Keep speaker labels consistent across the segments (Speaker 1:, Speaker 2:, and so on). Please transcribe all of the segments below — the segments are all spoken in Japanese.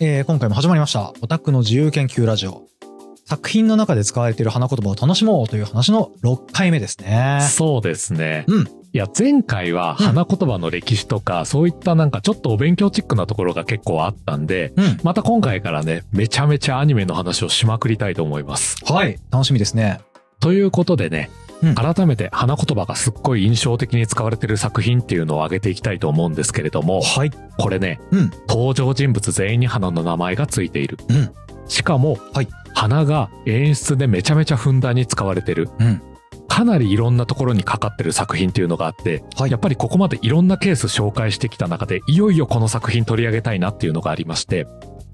Speaker 1: えー今回も始まりました。オタクの自由研究ラジオ。作品の中で使われている花言葉を楽しもうという話の6回目ですね。
Speaker 2: そうですね。
Speaker 1: うん
Speaker 2: いや、前回は花言葉の歴史とか、そういったなんかちょっとお勉強チックなところが結構あったんで、
Speaker 1: うん。
Speaker 2: また今回からね、めちゃめちゃアニメの話をしまくりたいと思います。
Speaker 1: はい。楽しみですね。
Speaker 2: ということでね、
Speaker 1: うん
Speaker 2: 改めて花言葉がすっごい印象的に使われてる作品っていうのを挙げていきたいと思うんですけれども、
Speaker 1: はい。
Speaker 2: これね、
Speaker 1: うん
Speaker 2: 登場人物全員に花の名前がついている。
Speaker 1: うん
Speaker 2: しかも、
Speaker 1: はい
Speaker 2: 花が演出でめちゃめちゃふんだんに使われてる。
Speaker 1: うん
Speaker 2: かなりいろんなところにかかってる作品っていうのがあって、
Speaker 1: はい
Speaker 2: やっぱりここまでいろんなケース紹介してきた中で、いよいよこの作品取り上げたいなっていうのがありまして、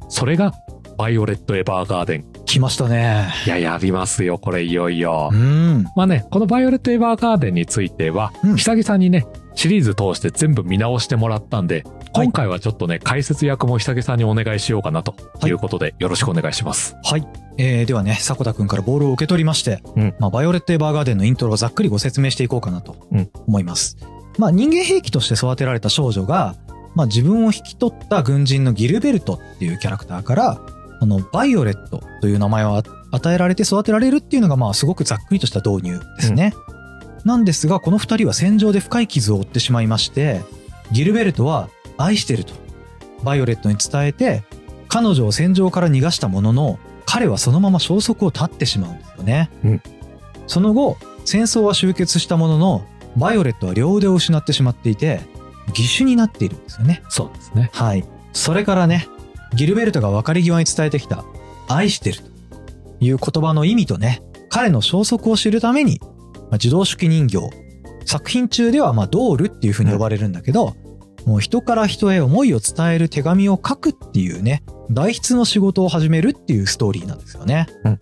Speaker 2: それが、バイオレット・エヴァーガーデン。
Speaker 1: 来ましたね。
Speaker 2: いや、やりますよ、これいよいよ。
Speaker 1: うん。
Speaker 2: まあね、このバイオレット・エヴァーガーデンについては、
Speaker 1: うん
Speaker 2: 久々にね、シリーズ通して全部見直してもらったんで、
Speaker 1: はい
Speaker 2: 今回はちょっとね、解説役も久々にお願いしようかなということで、よろしくお願いします。
Speaker 1: はい。えーではね、迫田くんからボールを受け取りまして、
Speaker 2: うん
Speaker 1: まあ、バイオレット・エヴァーガーデンのイントロをざっくりご説明していこうかなと
Speaker 2: うん
Speaker 1: 思います。まあ、人間兵器として育てられた少女が、まあ、自分を引き取った軍人のギルベルトっていうキャラクターから、このバイオレットという名前を与えられて育てられるっていうのが、まあ、すごくざっくりとした導入ですね。なんですが、この二人は戦場で深い傷を負ってしまいまして、ギルベルトは愛してると、バイオレットに伝えて、彼女を戦場から逃がしたものの、彼はそのまま消息を絶ってしまうんですよね。
Speaker 2: うん
Speaker 1: その後、戦争は終結したものの、バイオレットは両腕を失ってしまっていて、義手になっているんですよね。
Speaker 2: そうですね。
Speaker 1: はい。それからね、ギルベルトが別れ際に伝えてきた、愛してるという言葉の意味とね、彼の消息を知るために、まあ、自動手記人形、作品中ではまあドールっていう風に呼ばれるんだけど、もう人から人へ思いを伝える手紙を書くっていうね、代筆の仕事を始めるっていうストーリーなんですよね。
Speaker 2: うん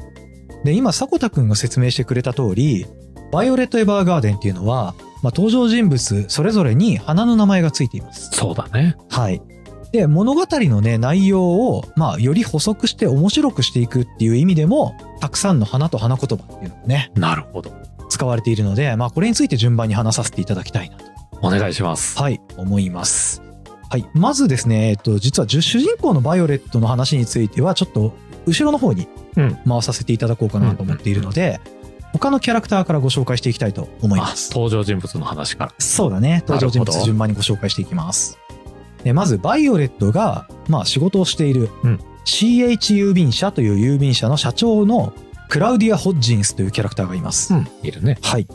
Speaker 1: で、今、迫田くんが説明してくれた通り、バイオレット・エヴァーガーデンっていうのは、まあ、登場人物それぞれに花の名前がついています。
Speaker 2: そうだね。
Speaker 1: はい。で、物語のね、内容を、まあ、より補足して面白くしていくっていう意味でも、たくさんの花と花言葉っていうのがね、
Speaker 2: なるほど。
Speaker 1: 使われているので、まあ、これについて順番に話させていただきたいなと、
Speaker 2: お願いします。
Speaker 1: はい、思います。はい。まずですね、えっと、実は主人公のバイオレットの話については、ちょっと、後ろの方に
Speaker 2: うん
Speaker 1: 回させていただこうかなと思っているので、他のキャラクターからご紹介していきたいと思い
Speaker 2: あ
Speaker 1: ます。
Speaker 2: 登場人物の話から。
Speaker 1: そうだね。登場人
Speaker 2: なるほ
Speaker 1: 物
Speaker 2: ど
Speaker 1: 順番にご紹介していきます。でまず、バイオレットが、まあ、仕事をしている、
Speaker 2: うん
Speaker 1: CH 郵便社という郵便社の社長のクラウディア・ホッジンスというキャラクターがいます。
Speaker 2: うん。いるね。
Speaker 1: はい。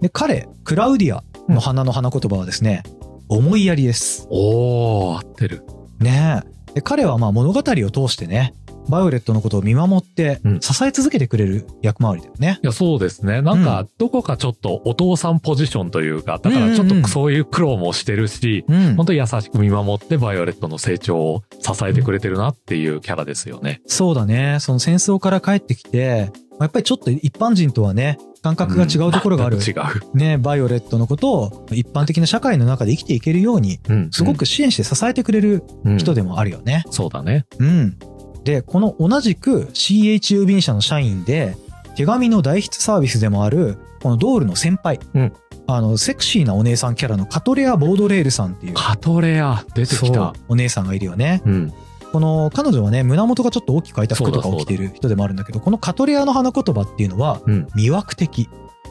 Speaker 1: で、彼、クラウディアの花の花言葉はですね、思いやりです。
Speaker 2: おー、合ってる。
Speaker 1: ねえ。で彼はまあ物語を通してね、バイオレットのことを見守って
Speaker 2: うん
Speaker 1: 支え続けてくれる役回りだよね。
Speaker 2: いや、そうですね。なん
Speaker 1: う
Speaker 2: か、どこかちょっとお父さんポジションというか、だか
Speaker 1: うんうん
Speaker 2: らちょっ
Speaker 1: うん
Speaker 2: とそういう苦労もしてるし、
Speaker 1: うん
Speaker 2: 本当に優しく見守って、バイオレットの成長を支えてくれてるなっていうキャラですよね。
Speaker 1: そうだね。その戦争から帰ってきて、まあやっぱりちょっと一般人とはね、感覚が違うところがある、
Speaker 2: うん全く違う。
Speaker 1: ね、バイオレットのことを一般的な社会の中で生きていけるように、
Speaker 2: うん
Speaker 1: すごく支援して支えてくれる人
Speaker 2: で、
Speaker 1: でもあるよね。
Speaker 2: そうだね。
Speaker 1: うん。で、この同じく CH 郵便社の社員で、手紙の代筆サービスでもある、このドールの先輩。
Speaker 2: うん
Speaker 1: あの、セクシーなお姉さんキャラのカトレア・ボードレールさんっていう。
Speaker 2: カトレア、出てき
Speaker 1: そう
Speaker 2: た。
Speaker 1: お姉さんがいるよね。
Speaker 2: うん。
Speaker 1: この彼女はね胸元がちょっと大きく開いた服とかを着ている人でもあるんだけどこのカトレアの花言葉っていうのは
Speaker 2: うん
Speaker 1: 魅惑的、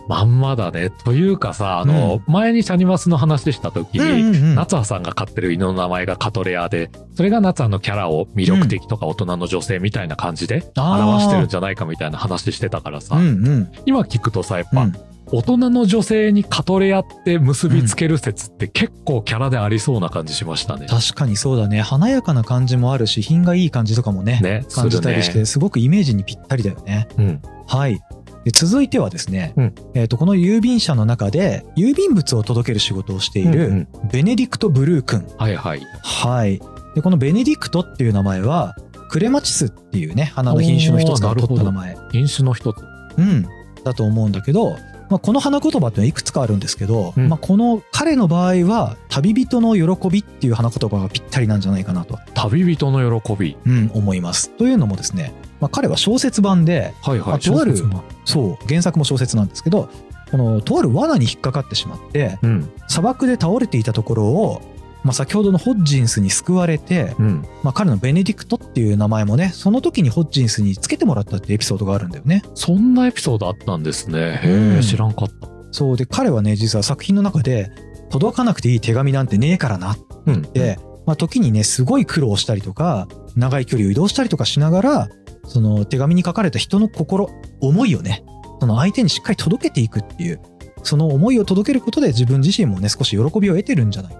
Speaker 2: まんまだね。というかさ、あの、前にシャニマスの話した時に、
Speaker 1: うんうんうん
Speaker 2: 夏葉さんが飼ってる犬の名前がカトレアで、それが夏葉のキャラを魅力的とか大人の女性みたいな感じで表してるんじゃないかみたいな話してたからさ、
Speaker 1: うんうん
Speaker 2: 今聞くとさ、やっ
Speaker 1: う
Speaker 2: ぱ、
Speaker 1: ん
Speaker 2: 大人の女性にカトレアって結びつける説って結構キャラでありそうな感じしましたね。
Speaker 1: 確かにそうだね華やかな感じもあるし品がいい感じとかもね
Speaker 2: ね、
Speaker 1: 感じたりし
Speaker 2: する
Speaker 1: てすごくイメージにぴったりだよね
Speaker 2: ね。
Speaker 1: はいで続いてはですね、
Speaker 2: うん
Speaker 1: えー、とこの郵便社の中で郵便物を届ける仕事をしてい
Speaker 2: うん。
Speaker 1: る、
Speaker 2: うんうん
Speaker 1: ベネディクト・ブルー君
Speaker 2: はいはい。
Speaker 1: はいでこのベネディクトっていう名前はクレマチスっていうね花の品種の一つから取った名前
Speaker 2: 飲酒の一つ。
Speaker 1: うん、だと思うんだけど、まあ、この花言葉ってのはいくつかあるんですけど、
Speaker 2: うん
Speaker 1: まあ、この彼の場合は「旅人の喜び」っていう花言葉がぴったりなんじゃないかなと、
Speaker 2: 旅人の喜び。
Speaker 1: うん、思います。というのもですね、まあ、彼は小説版で
Speaker 2: はい
Speaker 1: あ
Speaker 2: はい。
Speaker 1: とある
Speaker 2: 小説の
Speaker 1: そう原作も小説なんですけどこのとある罠に引っかかってしまって
Speaker 2: うん。
Speaker 1: 砂漠で倒れていたところをまあ、先ほどのホッジンスに救われて、
Speaker 2: うん。
Speaker 1: まあ、彼のベネディクトっていう名前もねその時にホッジンスにつけてもらったってエピソードがあるんだよね
Speaker 2: そんなエピソードあったんですね。へ
Speaker 1: うん
Speaker 2: え、知らんかった。
Speaker 1: そうで彼はね実は作品の中で届かなくていい手紙なんてねえからなっ
Speaker 2: うん。
Speaker 1: て、まあ、時にねすごい苦労したりとか長い距離を移動したりとかしながらその手紙に書かれた人の心思いをねその相手にしっかり届けていくっていうその思いを届けることで自分自身もね少し喜びを得てるんじゃない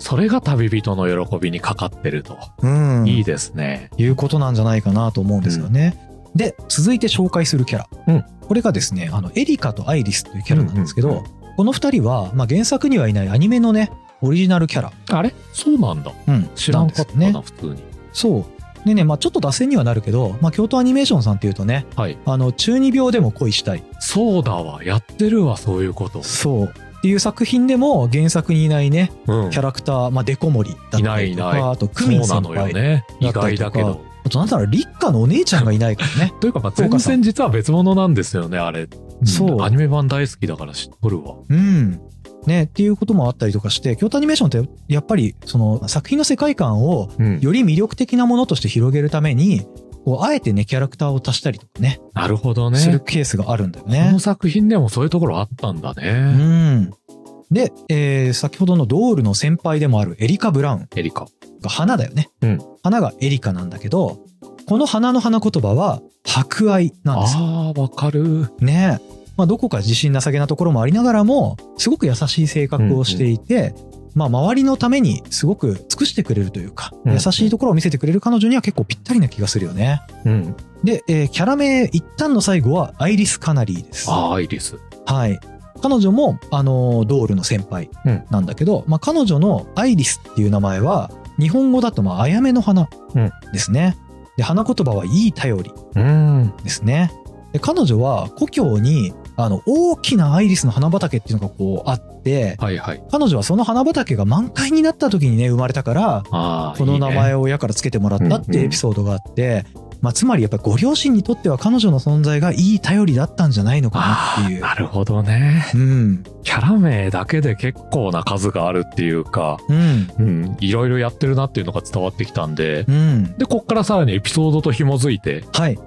Speaker 2: それが旅人の喜びにかかってると。
Speaker 1: うん
Speaker 2: いいですね。
Speaker 1: いうことなんじゃないかなと思うんですよね。で続いて紹介するキャラ、
Speaker 2: うん
Speaker 1: これがですねあのエリカとアイリスというキャラなんですけど、
Speaker 2: うんうん
Speaker 1: この2人は、まあ、原作にはいないアニメのねオリジナルキャラ、
Speaker 2: あれそうなんだ。
Speaker 1: うん、
Speaker 2: 知らんかったな、
Speaker 1: ね。
Speaker 2: 普通に。
Speaker 1: そうでね、まあ、ちょっと脱線にはなるけど、まあ、京都アニメーションさんっていうとね
Speaker 2: はい。
Speaker 1: あの中二病でも恋したい
Speaker 2: そうだわ。やってるわ、そういうこと。
Speaker 1: そうっていう作品でも原作にいないね
Speaker 2: うん
Speaker 1: キャラクター、まあ、デコモリだったりとか
Speaker 2: いないいない
Speaker 1: あとク
Speaker 2: そう
Speaker 1: ミン
Speaker 2: な
Speaker 1: 先
Speaker 2: のよ
Speaker 1: 輩、
Speaker 2: ね。
Speaker 1: だ
Speaker 2: 意
Speaker 1: ったり
Speaker 2: 外
Speaker 1: とか
Speaker 2: だけど。
Speaker 1: あとなんだろう立花のお姉ちゃんがいないからね
Speaker 2: というか、まあ、
Speaker 1: そう
Speaker 2: 全
Speaker 1: かそう
Speaker 2: 然実は別物なんですよね、あれ。ん
Speaker 1: そう
Speaker 2: アニメ版大好きだから知っとるわ。
Speaker 1: うん。ね、っていうこともあったりとかして、京都アニメーションってやっぱりその作品の世界観を
Speaker 2: うん
Speaker 1: より魅力的なものとして広げるために、こう、あえてね、キャラクターを足したりとかね、
Speaker 2: なるほどね。
Speaker 1: するケースがあるんだよ
Speaker 2: こ
Speaker 1: ね
Speaker 2: の。作品でもそういうところあったんだ
Speaker 1: う
Speaker 2: ね。
Speaker 1: ん。で、えー先ほどのドールの先輩でもあるエリカ・ブラウン
Speaker 2: エリカ。
Speaker 1: が花だよね。
Speaker 2: うん
Speaker 1: 花がエリカなんだけど、この花の花言葉は、博愛なんですよ。
Speaker 2: ああ、わかる。
Speaker 1: ねえ、まあ、どこか自信なさげなところもありながらもすごく優しい性格をしていて、まあ、周りのためにすごく尽くしてくれるというか、
Speaker 2: うんうん
Speaker 1: 優しいところを見せてくれる彼女には結構ぴったりな気がするよね。
Speaker 2: うん。
Speaker 1: で、えーキャラ名一旦の最後はアイリス・カナリーです。
Speaker 2: ああ、アイリス。
Speaker 1: はい、彼女も、あのードールの先輩
Speaker 2: うん
Speaker 1: なんだけど、まあ、彼女のアイリスっていう名前は日本語だとまああやめの花
Speaker 2: うん
Speaker 1: ですね。で花言葉はいい頼り
Speaker 2: うん。
Speaker 1: ですね。で彼女は故郷にあの大きなアイリスの花畑っていうのがこうあって
Speaker 2: はいはい。
Speaker 1: 彼女はその花畑が満開になった時にね生まれたから
Speaker 2: ああ、
Speaker 1: この名
Speaker 2: いいね
Speaker 1: 前を親からつけてもらったっ
Speaker 2: うん
Speaker 1: て
Speaker 2: うん
Speaker 1: エピソードがあって、まあ、つまりやっぱりご両親にとっては彼女の存在がいい頼りだったんじゃないのかな
Speaker 2: あ
Speaker 1: って
Speaker 2: あ、
Speaker 1: いう。
Speaker 2: なるほどね。
Speaker 1: うん
Speaker 2: キャラ名だけで結構な数があるっていうか、
Speaker 1: うん
Speaker 2: うん、いろいろやってるなっていうのが伝わってきたんで、
Speaker 1: うん
Speaker 2: で、こっからさらにエピソードと紐づいて、
Speaker 1: はい、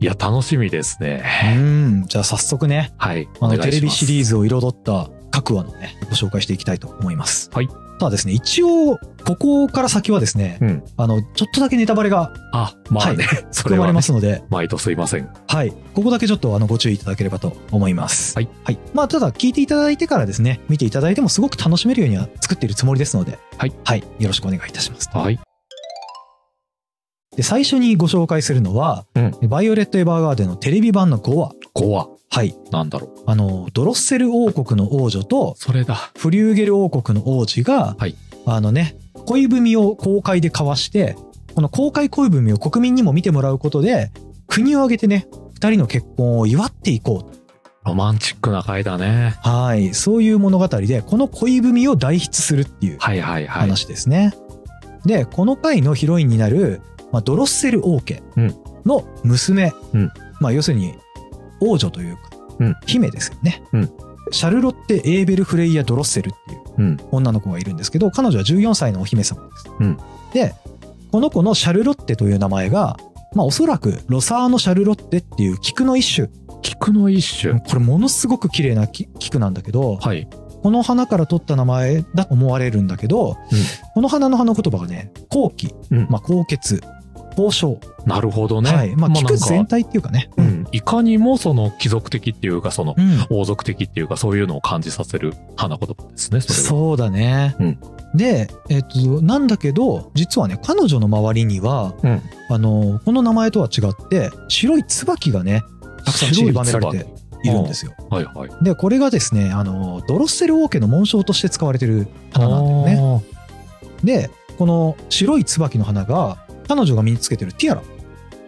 Speaker 2: いや、楽しみですね。
Speaker 1: うん、じゃあ早速ね
Speaker 2: はい。
Speaker 1: あ
Speaker 2: お
Speaker 1: の
Speaker 2: 願いします
Speaker 1: テレビシリーズを彩った各話のねご紹介していきたいと思います。
Speaker 2: はい
Speaker 1: ただですね一応ここから先はですね、
Speaker 2: うん。
Speaker 1: あの、ちょっとだけネタバレが
Speaker 2: あ、まあね、 そ
Speaker 1: 含
Speaker 2: れ
Speaker 1: ま
Speaker 2: は、
Speaker 1: れ
Speaker 2: ね
Speaker 1: ま、すので、
Speaker 2: 毎度すいません。
Speaker 1: はい。ここだけちょっとあのご注意いただければと思います。
Speaker 2: はい。
Speaker 1: まあ、ただ聞いていただいてからですね、見ていただいてもすごく楽しめるようには作っているつもりですので、
Speaker 2: はい。
Speaker 1: よろしくお願いいたします。
Speaker 2: はい。
Speaker 1: で、最初にご紹介するのは、
Speaker 2: うん
Speaker 1: バイオレット・エヴァーガーデンのテレビ版の5話。
Speaker 2: 5話、
Speaker 1: はい。
Speaker 2: なんだろう。
Speaker 1: あの、ドロッセル王国の王女と、
Speaker 2: それだ。
Speaker 1: フリューゲル王国の王子が、
Speaker 2: はい
Speaker 1: あのね、恋文を公開で交わして、この公開恋文を国民にも見てもらうことで、国を挙げてね、二人の結婚を祝っていこう。
Speaker 2: ロマンチックな回だね。
Speaker 1: はい。そういう物語で、この恋文を代筆するっていう
Speaker 2: はいはいはい。
Speaker 1: 話ですね。で、この回のヒロインになる、まあ、ドロッセル王家
Speaker 2: うん
Speaker 1: の娘。
Speaker 2: うん
Speaker 1: まあ、要するに、王女というか、
Speaker 2: うん
Speaker 1: 姫ですよね。
Speaker 2: うん
Speaker 1: シャルロッテ・エーベル・フレイヤ・ドロッセルっていう
Speaker 2: うん。
Speaker 1: 女の子がいるんですけど彼女は14歳のお姫様です、
Speaker 2: うん
Speaker 1: でこの子のシャルロッテという名前が、まあ、おそらくロサーノシャルロッテっていう菊の一種
Speaker 2: 菊の一種。
Speaker 1: これものすごく綺麗なき菊なんだけど
Speaker 2: はい。
Speaker 1: この花から取った名前だと思われるんだけど、この花の花言葉がね後期、
Speaker 2: うん
Speaker 1: まあ、高血高尚、
Speaker 2: なるほどね。
Speaker 1: はいまあ、
Speaker 2: まあな
Speaker 1: 菊
Speaker 2: んか
Speaker 1: 全体っていうかね、
Speaker 2: うん、いかにもその貴族的っていうかその
Speaker 1: うん
Speaker 2: 王族的っていうかそういうのを感じさせる花言葉ですねそれは
Speaker 1: そうだね、
Speaker 2: うん
Speaker 1: で、えっとなんだけど実はね彼女の周りには、
Speaker 2: うん
Speaker 1: あのこの名前とは違って白い椿がねたくさん散りばめられているんですよ。
Speaker 2: はいはい
Speaker 1: でこれがですねあのドロッセル王家の紋章として使われてる花なんだよね。
Speaker 2: ね
Speaker 1: でこの白い椿の花が彼女が身につけてるティアラ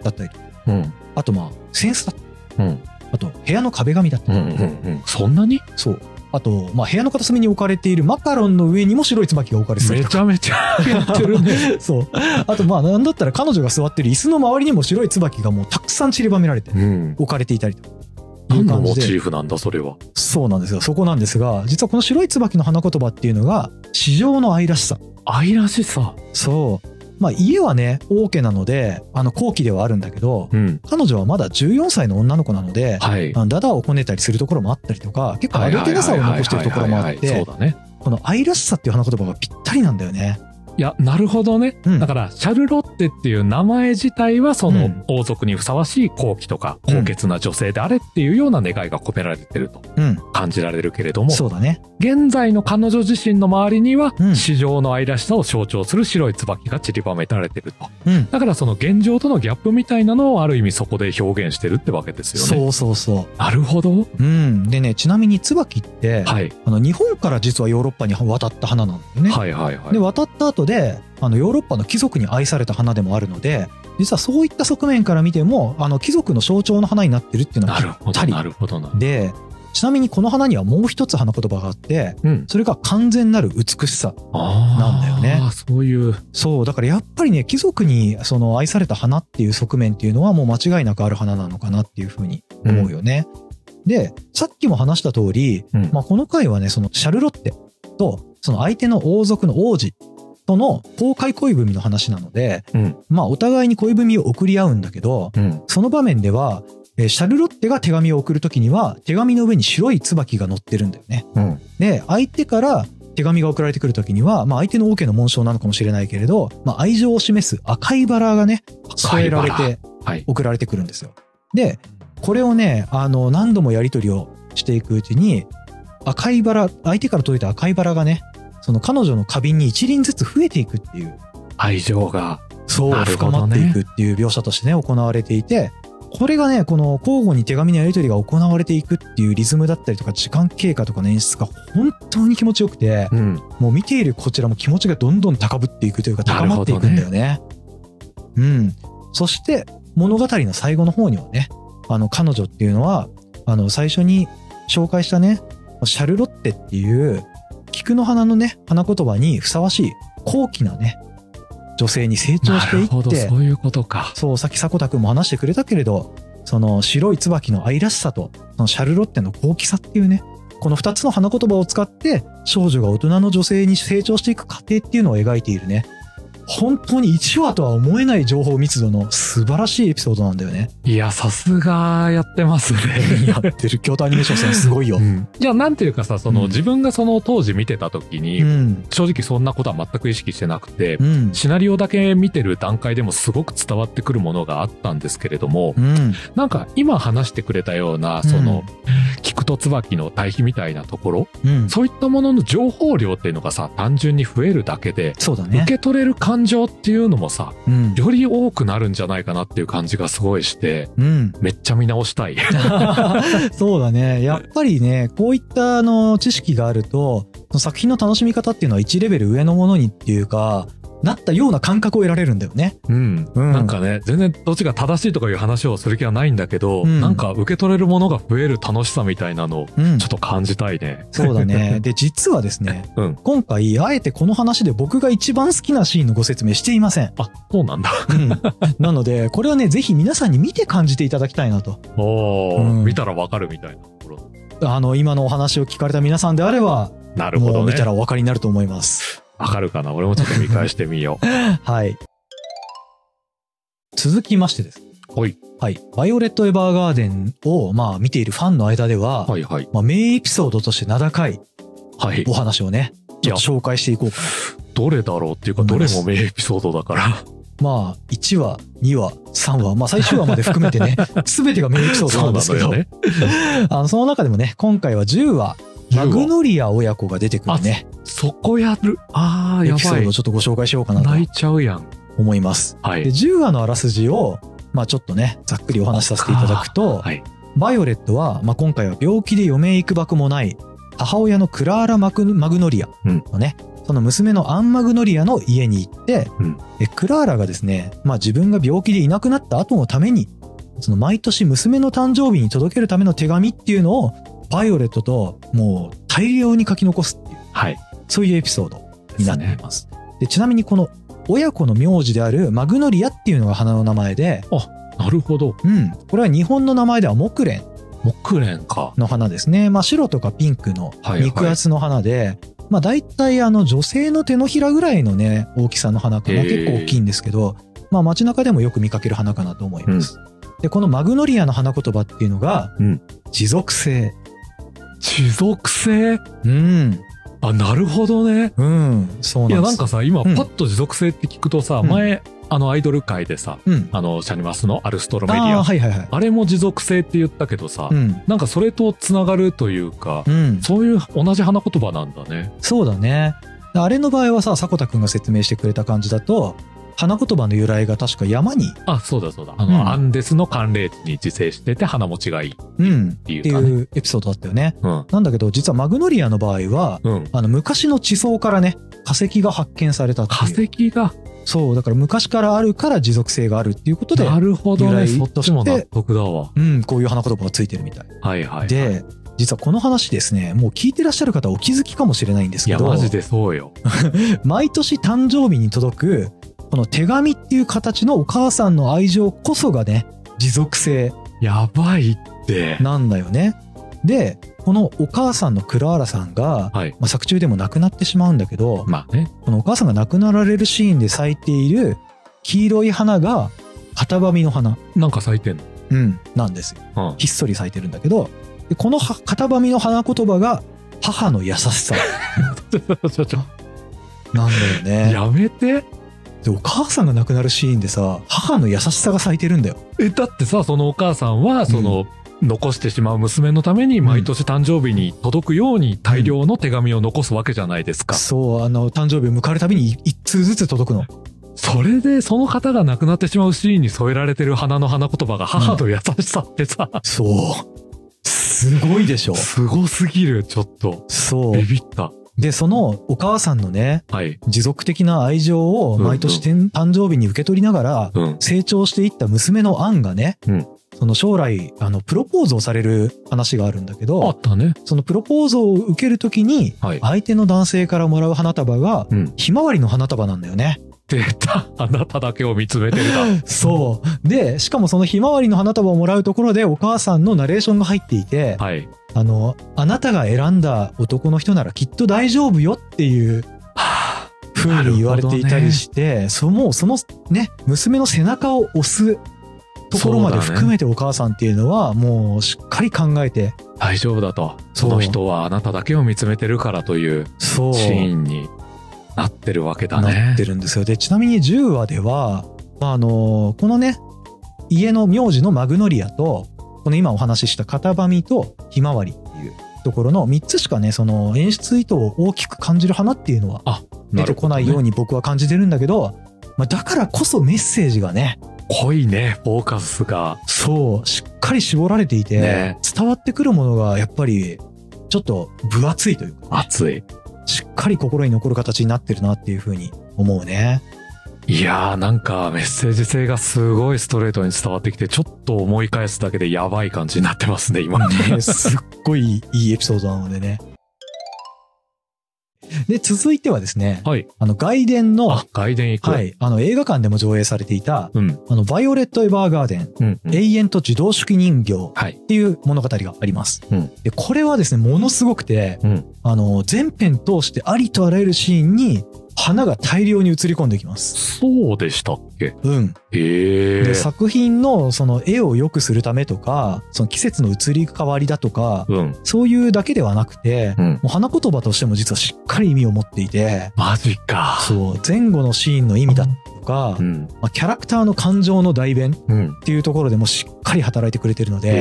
Speaker 1: だったり
Speaker 2: うん
Speaker 1: あとまあセンスだったり
Speaker 2: うん
Speaker 1: あと部屋の壁紙だった
Speaker 2: う
Speaker 1: り、
Speaker 2: んうんうんそんなに
Speaker 1: そうあとまあ部屋の片隅に置かれているマカロンの上にも白い椿が置かれてたり
Speaker 2: め
Speaker 1: とか
Speaker 2: ちゃめちゃやってるね
Speaker 1: そう。あと、まあ、なんだったら彼女が座ってる椅子の周りにも白い椿がもうたくさん散りばめられて
Speaker 2: うん
Speaker 1: 置かれていたりという
Speaker 2: 何の
Speaker 1: 感
Speaker 2: モ
Speaker 1: じ
Speaker 2: チ
Speaker 1: で。
Speaker 2: ーフなんだそれは
Speaker 1: そうなんですよ。そこなんですが、実はこの白い椿の花言葉っていうのが、市場の愛らしさ。
Speaker 2: 愛らしさ。
Speaker 1: そう。まあ家はね、王家なので、あの後期ではあるんだけど、
Speaker 2: うん。
Speaker 1: 彼女はまだ14歳の女の子なので、
Speaker 2: はい。
Speaker 1: あのダダをこねたりするところもあったりとか、結構あどけなさを残してるところもあっ
Speaker 2: はいはいはいは
Speaker 1: て、
Speaker 2: いそうだね。
Speaker 1: この愛らしさっていう花言葉がぴったりなんだよね。
Speaker 2: いや、なるほどね。
Speaker 1: うん
Speaker 2: だから、シャルロッテっていう名前自体は、そ
Speaker 1: うん
Speaker 2: の王族にふさわしい高貴とか
Speaker 1: うん
Speaker 2: 高潔な女性であれっていうような願いが込められてると
Speaker 1: うん。
Speaker 2: 感じられるけれども、
Speaker 1: そうだね。
Speaker 2: 現在の彼女自身の周りには
Speaker 1: うん、
Speaker 2: 市場の愛らしさを象徴する白い椿が散りばめられてると。
Speaker 1: うん。
Speaker 2: だからその現状とのギャップみたいなのをある意味そこで表現してるってわけですよね。
Speaker 1: そうそうそ
Speaker 2: なるほど。
Speaker 1: う。うん。でね、ちなみに椿って、
Speaker 2: はい。
Speaker 1: あの日本から実はヨーロッパに渡った花なんだよね。
Speaker 2: はいはいはい。
Speaker 1: で渡った後であのヨーロッパの貴族に愛された花でもあるので実はそういった側面から見てもあの貴族の象徴の花になってるっていうの
Speaker 2: なる
Speaker 1: が
Speaker 2: ほど、
Speaker 1: たり
Speaker 2: なるほどな。
Speaker 1: でちなみにこの花にはもう一つ花言葉があって
Speaker 2: うん。
Speaker 1: それが完全なる美しさ
Speaker 2: あ
Speaker 1: な
Speaker 2: あ。
Speaker 1: んだよね
Speaker 2: ね。そういう。
Speaker 1: そうだからやっぱりね貴族にその愛された花っていう側面っていうのはもう間違いなくある花なのかなっていうふうに思うよね。でさっきも話した通り
Speaker 2: うん
Speaker 1: まあ、この回はね、そのシャルロッテと、その相手の王族の王子との公開恋文の話なので、
Speaker 2: うん
Speaker 1: まあ、お互いに恋文を送り合うんだけど、
Speaker 2: うん。
Speaker 1: その場面では、えーシャルロッテが手紙を送るときには、手紙の上に白い椿が載ってるんだよね。
Speaker 2: うん。
Speaker 1: で、相手から手紙が送られてくるときには、まあ、相手の王家の紋章なのかもしれないけれど、まあ、愛情を示す赤いバラがね、添えられ
Speaker 2: 赤いバ
Speaker 1: て
Speaker 2: はい。
Speaker 1: 送られてくるんですよ。で、これをね、あの、何度もやり取りをしていくうちに、赤いバラ、相手から届いた赤いバラがね、その彼女の花瓶に一輪ずつ増えていくっていう、
Speaker 2: 愛情が。
Speaker 1: そう、
Speaker 2: なる
Speaker 1: 深
Speaker 2: ほ
Speaker 1: ま
Speaker 2: ど
Speaker 1: っ
Speaker 2: ね
Speaker 1: ていくっていう描写としてね、行われていて、これがね、この交互に手紙のやり取りが行われていくっていうリズムだったりとか、時間経過とかの演出が本当に気持ちよくて、
Speaker 2: うん。
Speaker 1: もう見ているこちらも気持ちがどんどん高ぶっていくというか高まっていくんだよね。うん。そして物語の最後の方にはね、あの彼女っていうのは、あの最初に紹介したね、シャルロッテっていう菊の花のね、花言葉にふさわしい高貴なね、女性に成長
Speaker 2: な
Speaker 1: してい
Speaker 2: るほ
Speaker 1: っ
Speaker 2: ど、
Speaker 1: て、
Speaker 2: そういうことか。
Speaker 1: そう、さっき迫田君も話してくれたけれど、その白い椿の愛らしさと、そのシャルロッテの高貴さっていうね、この二つの花言葉を使って、少女が大人の女性に成長していく過程っていうのを描いているね。本当に1話とは思えない情報密度の素晴らしいエピソードなんだよね。
Speaker 2: いや、さすがやってますね。
Speaker 1: やってる京都アニメーションさんすごいよ
Speaker 2: う。んじゃあ、なんていうかさ、その、
Speaker 1: うん
Speaker 2: 自分がその当時見てた時に、
Speaker 1: うん。
Speaker 2: 正直そんなことは全く意識してなくて、
Speaker 1: うん。
Speaker 2: シナリオだけ見てる段階でもすごく伝わってくるものがあったんですけれども、
Speaker 1: うん。
Speaker 2: なんか今話してくれたような、その、菊と椿の対比みたいなところ、
Speaker 1: うん。
Speaker 2: そういったものの情報量っていうのがさ、単純に増えるだけで、
Speaker 1: そうだ
Speaker 2: 受
Speaker 1: ね。
Speaker 2: け取れる感情っていうのもさ、
Speaker 1: うん。
Speaker 2: より多くなるんじゃないかなっていう感じがすごいして、
Speaker 1: うん。
Speaker 2: めっちゃ見直したい。
Speaker 1: そうだね。やっぱりね、こういったあの知識があると、その作品の楽しみ方っていうのは1レベル上のものにっていうか、なったような感覚を得られるんだよね。
Speaker 2: うん。
Speaker 1: うん
Speaker 2: なんかね、全然どっちが正しいとかいう話をする気はないんだけど、
Speaker 1: うん
Speaker 2: なんか受け取れるものが増える楽しさみたいなのを
Speaker 1: うん
Speaker 2: ちょっと感じたいね。
Speaker 1: そうだ ね。で、実はですね、
Speaker 2: うん
Speaker 1: 今回、あえてこの話で僕が一番好きなシーンのご説明していません。
Speaker 2: あ、そうな んだ。
Speaker 1: なので、これはね、ぜひ皆さんに見て感じていただきたいなと。
Speaker 2: おー、
Speaker 1: うん
Speaker 2: 見たらわかるみたいなところ。
Speaker 1: あの、今のお話を聞かれた皆さんであれば、
Speaker 2: なるほ
Speaker 1: も
Speaker 2: ど
Speaker 1: う見
Speaker 2: ね
Speaker 1: た。らお分かりになると思います。
Speaker 2: わかるかな俺もちょっと見返してみよ う。
Speaker 1: はい。続きましてです。
Speaker 2: ほい。
Speaker 1: はい。バイオレット・エヴァーガーデンを、まあ、見ているファンの間では、
Speaker 2: はいはい。
Speaker 1: まあ、名エピソードとして名高い
Speaker 2: はい
Speaker 1: お。話をね、
Speaker 2: い
Speaker 1: ちょ
Speaker 2: や
Speaker 1: っと紹介していこうかな。
Speaker 2: どれだろうっていうか、どれも名エピソードだから。
Speaker 1: まあ、1話、2話、3話、まあ、最終話まで含めて ね、すべてが名エピソードなんですけど、
Speaker 2: ね。
Speaker 1: あのその中でもね、今回は10話、
Speaker 2: 10
Speaker 1: マグノリア親子が出てくるね、
Speaker 2: そこやる。あー、
Speaker 1: エ
Speaker 2: や
Speaker 1: ピソ
Speaker 2: ば
Speaker 1: ー
Speaker 2: い
Speaker 1: ドを。ちょっとご紹介しようかなと
Speaker 2: 泣いちゃうやん。
Speaker 1: 思います。
Speaker 2: は
Speaker 1: で、
Speaker 2: い。
Speaker 1: 10話のあらすじを、まあ、ちょっとね、ざっくりお話しさせていただくと、
Speaker 2: はい。
Speaker 1: バイオレットは、まあ、今回は病気で余命いくばくもない母親のクラーラ・マクマグノリアのね、その娘のアン・マグノリアの家に行って、
Speaker 2: うん
Speaker 1: えクラーラがですね、まあ、自分が病気でいなくなった後のためにその毎年娘の誕生日に届けるための手紙っていうのをバイオレットともう大量に書き残すっていう
Speaker 2: はい。
Speaker 1: そういうエピソードになってい
Speaker 2: ですね
Speaker 1: ます。でちなみにこの親子の名字であるマグノリアっていうのが花の名前で、
Speaker 2: なるほど。
Speaker 1: うん、これは日本の名前では木蓮
Speaker 2: 木蓮か。
Speaker 1: の花ですね、まあ、白とかピンクの
Speaker 2: はいはい
Speaker 1: 肉厚の花で、まあ大体あの女性の手のひらぐらいのね、大きさの花かな。
Speaker 2: へー
Speaker 1: 結構大きいんですけど、まあ街中でもよく見かける花かなと思います。で、このマグノリアの花言葉っていうのが、
Speaker 2: うん
Speaker 1: 持続性。
Speaker 2: 持続性
Speaker 1: うん。
Speaker 2: あ、なるほどね。
Speaker 1: うん。そう
Speaker 2: い
Speaker 1: な
Speaker 2: や、
Speaker 1: んで
Speaker 2: な
Speaker 1: す
Speaker 2: んかさ、今、
Speaker 1: うん
Speaker 2: パッと持続性って聞くとさ、
Speaker 1: うん
Speaker 2: 前、あの、アイドル界でさ、
Speaker 1: うん。
Speaker 2: あの、シャニマスのアルストロメディ
Speaker 1: あ
Speaker 2: ア。
Speaker 1: あ、
Speaker 2: あ
Speaker 1: はいはいはい。
Speaker 2: れも持続性って言ったけどさ、
Speaker 1: うん。
Speaker 2: なんかそれとつながるというか、
Speaker 1: うん。
Speaker 2: そういう同じ花言葉なんだね。
Speaker 1: そうだね。あれの場合はさ、迫田くんが説明してくれた感じだと、花言葉の由来が確か山に、
Speaker 2: あ、そうだそうだ。あの、
Speaker 1: うん
Speaker 2: アンデスの寒冷地に自生してて花持ちがいいっ
Speaker 1: うん、
Speaker 2: てい
Speaker 1: って
Speaker 2: うかね。
Speaker 1: いうエピソードだったよね。
Speaker 2: うん。
Speaker 1: なんだけど、実はマグノリアの場合は、
Speaker 2: うん。
Speaker 1: あの、昔の地層からね、化石が発見されたって
Speaker 2: 化
Speaker 1: いう。
Speaker 2: 石が、
Speaker 1: そう、だから昔からあるから持続性があるっていうことで、
Speaker 2: なるほどね。
Speaker 1: 由
Speaker 2: そ
Speaker 1: 来
Speaker 2: っ
Speaker 1: として
Speaker 2: ちも納得だわ。
Speaker 1: うん、こういう花言葉がついてるみたい。
Speaker 2: はいはい。
Speaker 1: で、実はこの話ですね、もう聞いてらっしゃる方お気づきかもしれないんです
Speaker 2: い
Speaker 1: け
Speaker 2: や、
Speaker 1: ど、
Speaker 2: マジでそうよ。
Speaker 1: 毎年誕生日に届く、この手紙っていう形のお母さんの愛情こそがね、持続性
Speaker 2: やばいって。
Speaker 1: なんだよね。で、このお母さんのクラーラさんが、
Speaker 2: はい。
Speaker 1: まあ、作中でも亡くなってしまうんだけど、
Speaker 2: まあね。
Speaker 1: このお母さんが亡くなられるシーンで咲いている黄色い花が、片ばみの花、
Speaker 2: なんか咲いてんの。
Speaker 1: うん、なんですよ。
Speaker 2: うん。
Speaker 1: ひっそり咲いてるんだけど、でこのは片ばみの花言葉が、母の優しさ
Speaker 2: ちょちょ
Speaker 1: なんだよね。
Speaker 2: やめて。
Speaker 1: でお母さんが亡くなるシーンでさ、母の優しさが咲いてるんだよ。
Speaker 2: え、だってさ、そのお母さんは、その、残してしまう娘のために、毎年誕生日に届くように大量の手紙を残すわけじゃないですか。
Speaker 1: そう、あの、誕生日を迎えるたびに一通ずつ届くの。
Speaker 2: それで、その方が亡くなってしまうシーンに添えられてる花の花言葉が、母の優しさってさ、
Speaker 1: そう。すごいでしょ。
Speaker 2: すごすぎる、ちょっと。
Speaker 1: そう
Speaker 2: ビ。ビった。
Speaker 1: で、そのお母さんのね、
Speaker 2: はい。
Speaker 1: 持続的な愛情を
Speaker 2: うんうん
Speaker 1: 毎年てん誕生日に受け取りながら、
Speaker 2: うん。
Speaker 1: 成長していった娘のアンがね、
Speaker 2: うん
Speaker 1: その将来、あの、プロポーズをされる話があるんだけ
Speaker 2: あ
Speaker 1: ど、
Speaker 2: ったね。
Speaker 1: そのプロポーズを受けるときに、
Speaker 2: はい。
Speaker 1: 相手の男性からもらう花束が、
Speaker 2: うん。
Speaker 1: ひまわりの花束なんだよね。
Speaker 2: 出た。あなただけを見つめてる だ。
Speaker 1: そう。で、しかもそのひまわりの花束をもらうところでお母さんのナレーションが入っていて、
Speaker 2: はい。
Speaker 1: あの、あなたが選んだ男の人ならきっと大丈夫よっていう風に言われていたりして、そもうそのね、娘の背中を押すところまで
Speaker 2: そうだね
Speaker 1: 含めてお母さんっていうのはもうしっかり考えて、
Speaker 2: 大丈夫だと。
Speaker 1: そ
Speaker 2: そうの人はあなただけを見つめてるからという
Speaker 1: そう、
Speaker 2: シーンになってるわけだね。
Speaker 1: なってるんですよ。で、ちなみに10話では、まあ、あの、このね、家の名字のマグノリアと、この今お話しした片ばみとひまわりっていうところの3つしかね、その演出意図を大きく感じる花っていうのは出てこないように
Speaker 2: に。
Speaker 1: 僕は感じてるんだけど、まあ、だからこそメッセージがね、
Speaker 2: 濃いね、フォーカスが。
Speaker 1: そう、しっかり絞られていて、
Speaker 2: ね
Speaker 1: 伝わってくるものがやっぱり、ちょっと分厚いというか、
Speaker 2: 熱い。
Speaker 1: しっかり心に残る形になってるなっていうふうに思うね。
Speaker 2: いやーなんかメッセージ性がすごいストレートに伝わってきて、ちょっと思い返すだけでやばい感じになってますね、今。
Speaker 1: ね すっごいいいエピソードなのでね。で、続いてはですね、
Speaker 2: はい。
Speaker 1: あの、外伝の、
Speaker 2: あ、外伝行く。
Speaker 1: はい、あの、映画館でも上映されていた、
Speaker 2: うん。
Speaker 1: あの、バイオレット・エヴァーガーデン、
Speaker 2: うん。うん
Speaker 1: 永遠と自動式人形っ
Speaker 2: はい。
Speaker 1: ていう物語があります。
Speaker 2: うん
Speaker 1: で、これはですね、ものすごくて、
Speaker 2: うん。
Speaker 1: あの、全編通してありとあらゆるシーンに、花が大量に映り込んできます。
Speaker 2: そうでしたっけ
Speaker 1: うん。
Speaker 2: へえ。
Speaker 1: で、作品の、その、絵を良くするためとか、その季節の移り変わりだとか、
Speaker 2: うん。
Speaker 1: そういうだけではなくて、
Speaker 2: うん。
Speaker 1: もう花言葉としても実はしっかり意味を持っていて、
Speaker 2: マジか。
Speaker 1: そう、前後のシーンの意味だとか、
Speaker 2: うん。
Speaker 1: まあ、キャラクターの感情の代弁っ
Speaker 2: うん。
Speaker 1: ていうところでもしっかり働いてくれてるので、
Speaker 2: へ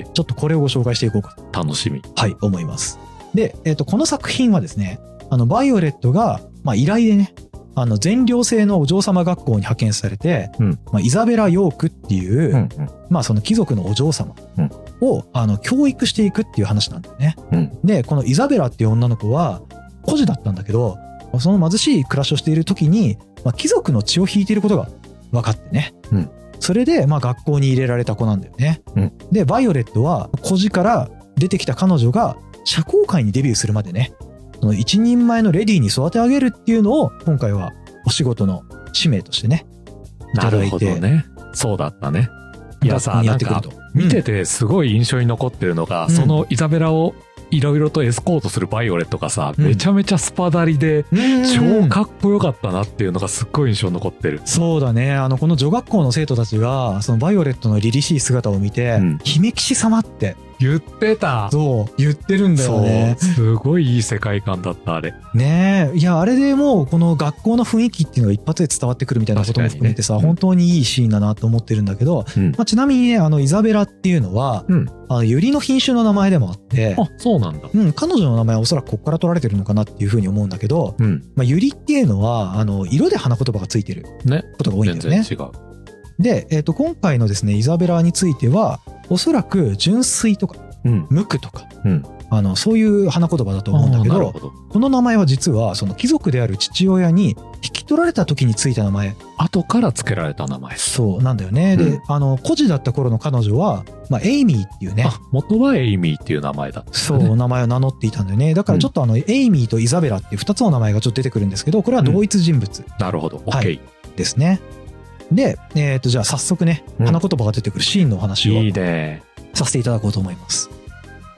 Speaker 2: え。
Speaker 1: ちょっとこれをご紹介していこうかと、
Speaker 2: 楽しみ。
Speaker 1: はい、思います。で、えっ、と、この作品はですね、あの、バイオレットが、まあ、依頼でね、あの、全寮制のお嬢様学校に派遣されて、
Speaker 2: うん
Speaker 1: まあ、イザベラ・ヨークっていう、
Speaker 2: うん。
Speaker 1: まあ、その貴族のお嬢様
Speaker 2: うん
Speaker 1: を、あの、教育していくっていう話なんだよね。
Speaker 2: うん。
Speaker 1: でこのイザベラっていう女の子は孤児だったんだけどその貧しい暮らしをしている時に、まあ、貴族の血を引いていることが分かってね、
Speaker 2: うん
Speaker 1: それで、まあ、学校に入れられた子なんだよね、
Speaker 2: うん
Speaker 1: でバイオレットは孤児から出てきた彼女が社交界にデビューするまでねその一人前のレディーに育て上げるっていうのを今回はお仕事の使命としてねい
Speaker 2: な
Speaker 1: ただ
Speaker 2: る
Speaker 1: い
Speaker 2: ほ
Speaker 1: て
Speaker 2: どね。そうだったね。いやさ、
Speaker 1: にや
Speaker 2: な
Speaker 1: っ
Speaker 2: ん
Speaker 1: てくる
Speaker 2: か
Speaker 1: と
Speaker 2: 見ててすごい印象に残ってるのが、
Speaker 1: うん
Speaker 2: そのイザベラをいろいろとエスコートするバイオレットがさ、
Speaker 1: うん
Speaker 2: めちゃめちゃスパダリで、
Speaker 1: うん
Speaker 2: 超かっこよかったなっていうのがすっごい印象に残ってる。
Speaker 1: そうだね。あの、この女学校の生徒たちが、そのバイオレットの凛々しい姿を見て、
Speaker 2: うん
Speaker 1: 姫騎士様って、
Speaker 2: 言ってた
Speaker 1: そう、言ってるんだよ
Speaker 2: そう
Speaker 1: ね。
Speaker 2: すごいいい世界観だったあれ
Speaker 1: ねえ。いや、あれでもう、この学校の雰囲気っていうのが一発で伝わってくるみたいなことも含めてさ、
Speaker 2: 確かにね
Speaker 1: 本当にいいシーンだなと思ってるんだけど、
Speaker 2: うん
Speaker 1: まあ、ちなみにね、あの、イザベラっていうのは、
Speaker 2: うん
Speaker 1: あのユリの品種の名前でもあって、
Speaker 2: あそうなんだ
Speaker 1: うん、彼女の名前はおそらくここから取られてるのかなっていうふうに思うんだけど、
Speaker 2: うん
Speaker 1: まあ、ユリっていうのは、あの、色で花言葉がついてる
Speaker 2: ね
Speaker 1: ことが多いん
Speaker 2: 全
Speaker 1: だよね
Speaker 2: 然。違う
Speaker 1: で、えっと今回のですねイザベラについてはおそらく純粋とか
Speaker 2: うん
Speaker 1: 無垢とか、
Speaker 2: うん
Speaker 1: あのそういう花言葉だと思うんだけ
Speaker 2: あーな
Speaker 1: ど
Speaker 2: るほど
Speaker 1: この名前は実はその貴族である父親に引き取られた時についた名前
Speaker 2: 後から付けられた名前
Speaker 1: そうなんだよね、
Speaker 2: う
Speaker 1: で
Speaker 2: ん
Speaker 1: あの孤児だった頃の彼女は、まあ、エイミーっていうね
Speaker 2: あ元はエイミーっていう名前だった
Speaker 1: そ
Speaker 2: ね
Speaker 1: う名前を名乗っていたんだよねだからちょっとあの、エイミーとイザベラっていう2つの名前がちょっと出てくるんですけどこれは同一人物
Speaker 2: なるほど OK、、
Speaker 1: はいですね、で、えっとじゃあ早速ね
Speaker 2: うん
Speaker 1: 花言葉が出てくるシーンのお話を、
Speaker 2: いね
Speaker 1: させていただこうと思います。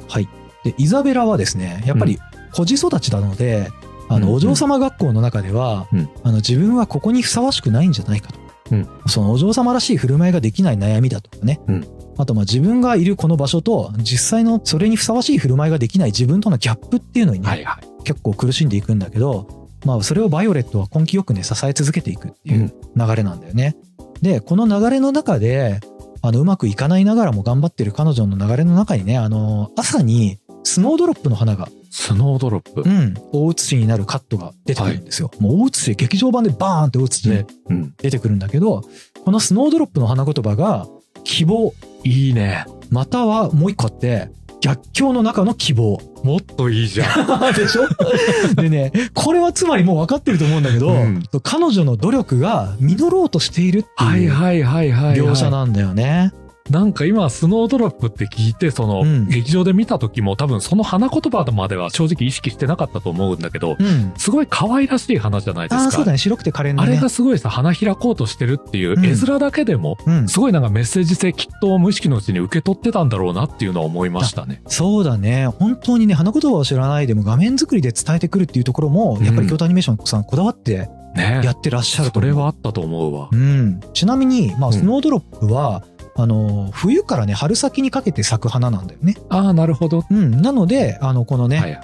Speaker 1: はい。で、イザベラはですね、やっぱり孤児育ちなので、あ
Speaker 2: うんう
Speaker 1: の、
Speaker 2: ん
Speaker 1: お嬢様学校の中では、
Speaker 2: うん
Speaker 1: あの、自分はここにふさわしくないんじゃないかと。
Speaker 2: うん
Speaker 1: そのお嬢様らしい振る舞いができない悩みだとかね。
Speaker 2: うん
Speaker 1: あと、まあ自分がいるこの場所と、実際のそれにふさわしい振る舞いができない自分とのギャップっていうのにね、
Speaker 2: はいはい
Speaker 1: 結構苦しんでいくんだけど、まあ、それをバイオレットは根気よくね支え続けていくっていう流れなんだよね。でこの流れの中であのうまくいかないながらも頑張ってる彼女の流れの中にねあの朝にスノードロップの花が、
Speaker 2: スノードロップ
Speaker 1: うん、大写しになるカットが出てくるんですよ。もう大写し劇場版でバーンって大写しで
Speaker 2: ねうん
Speaker 1: 出てくるんだけど、このスノードロップの花言葉が希望
Speaker 2: いいね
Speaker 1: またはもう一個あって逆境の中の希望
Speaker 2: もっといいじゃん
Speaker 1: でしょ でね、これはつまりもう分かってると思うんだけど、
Speaker 2: うん
Speaker 1: 彼女の努力が実ろうとしているって
Speaker 2: はい
Speaker 1: いう
Speaker 2: はいはいはい、はい、
Speaker 1: 描写なんだよね。
Speaker 2: なんか今スノードロップって聞いてその、
Speaker 1: うん
Speaker 2: 劇場で見た時も多分その花言葉までは正直意識してなかったと思うんだけど
Speaker 1: うん。
Speaker 2: すごい可愛らしい花じゃないで
Speaker 1: あ
Speaker 2: す
Speaker 1: あ、
Speaker 2: か
Speaker 1: そうだね。白くて可憐な
Speaker 2: あ
Speaker 1: ね。
Speaker 2: れがすごいさ、花開こうとしてるっていう
Speaker 1: うん
Speaker 2: 絵面だけでも、
Speaker 1: うん。
Speaker 2: すごいなんかメッセージ性きっと無意識のうちに受け取ってたんだろうなっていうのは思いましたね。
Speaker 1: そうだね。本当にね、花言葉を知らないでも画面作りで伝えてくるっていうところも、やっぱり京都アニメーションさんこだわって
Speaker 2: ね
Speaker 1: やってらっしゃると
Speaker 2: そ
Speaker 1: 思う。
Speaker 2: れはあったと思うわ
Speaker 1: う。ん。ちなみに、ま
Speaker 2: う
Speaker 1: あ、
Speaker 2: ん
Speaker 1: スノードロップは、あの、冬からね、春先にかけて咲く花なんだよね。
Speaker 2: ああ、なるほど。
Speaker 1: うん。なので、あの、このね、
Speaker 2: はい。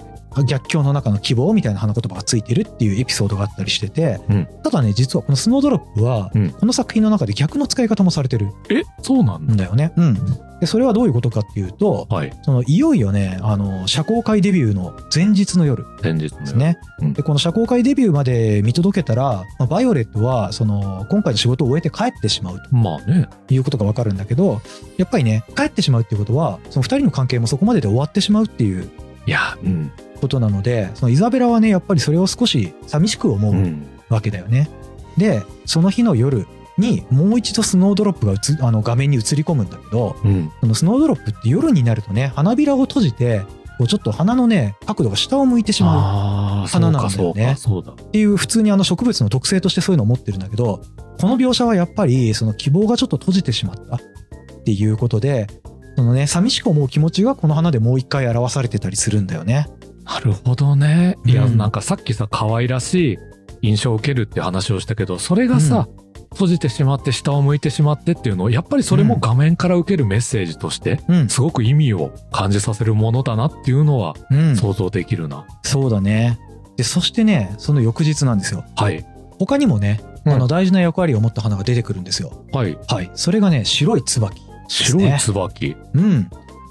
Speaker 1: 逆境の中の希望みたいな花言葉がついてるっていうエピソードがあったりしてて、
Speaker 2: うん
Speaker 1: ただね実はこの「スノードロップ」は
Speaker 2: うん
Speaker 1: この作品の中で逆の使い方もされてる
Speaker 2: え、そうなんだ。
Speaker 1: んだよね。うん、でそれはどういうことかっていうと
Speaker 2: はい。
Speaker 1: そのいよいよねあの社交界デビューの前日の夜
Speaker 2: 前日の
Speaker 1: で
Speaker 2: 夜
Speaker 1: す。ね。
Speaker 2: うん
Speaker 1: でこの社交界デビューまで見届けたら、まあバイオレットはその今回の仕事を終えて帰ってしまう
Speaker 2: まあね。
Speaker 1: ということがわかるんだけどやっぱりね帰ってしまうっていうことはその2人の関係もそこまでで終わってしまうっていう
Speaker 2: いや、うん。
Speaker 1: ことなのでそのイザベラはねやっぱりそれを少し寂しく思
Speaker 2: う。
Speaker 1: うんわけだよね。でその日の夜にもう一度スノードロップがうつあの画面に映り込むんだけど
Speaker 2: うん。
Speaker 1: そのスノードロップって夜になるとね花びらを閉じてこうちょっと花のね角度が下を向いてしま
Speaker 2: ああ、
Speaker 1: 花なんだよね
Speaker 2: そうか、そうか、そう
Speaker 1: う
Speaker 2: だ。
Speaker 1: っていう普通にあの植物の特性としてそういうのを持ってるんだけどこの描写はやっぱりその希望がちょっと閉じてしまったっていうことでそのね寂しく思う気持ちがこの花でもう一回表されてたりするんだよね。
Speaker 2: なるほどね。いや、
Speaker 1: うん
Speaker 2: なんかさっきさ、可愛らしい印象を受けるって話をしたけど、それがさ、閉じてしまって下を向いてしまってっていうのをやっぱりそれも画面から受けるメッセージとして
Speaker 1: うん、
Speaker 2: すごく意味を感じさせるものだなっていうのは
Speaker 1: うん、
Speaker 2: 想像できるな。
Speaker 1: そうだね。で、そしてね、その翌日なんですよ。
Speaker 2: はい。
Speaker 1: 他にもね、
Speaker 2: うん
Speaker 1: あの大事な役割を持った花が出てくるんですよ。
Speaker 2: はい。
Speaker 1: はい。それがね、白い椿。す
Speaker 2: 白
Speaker 1: ね
Speaker 2: い椿。
Speaker 1: うん。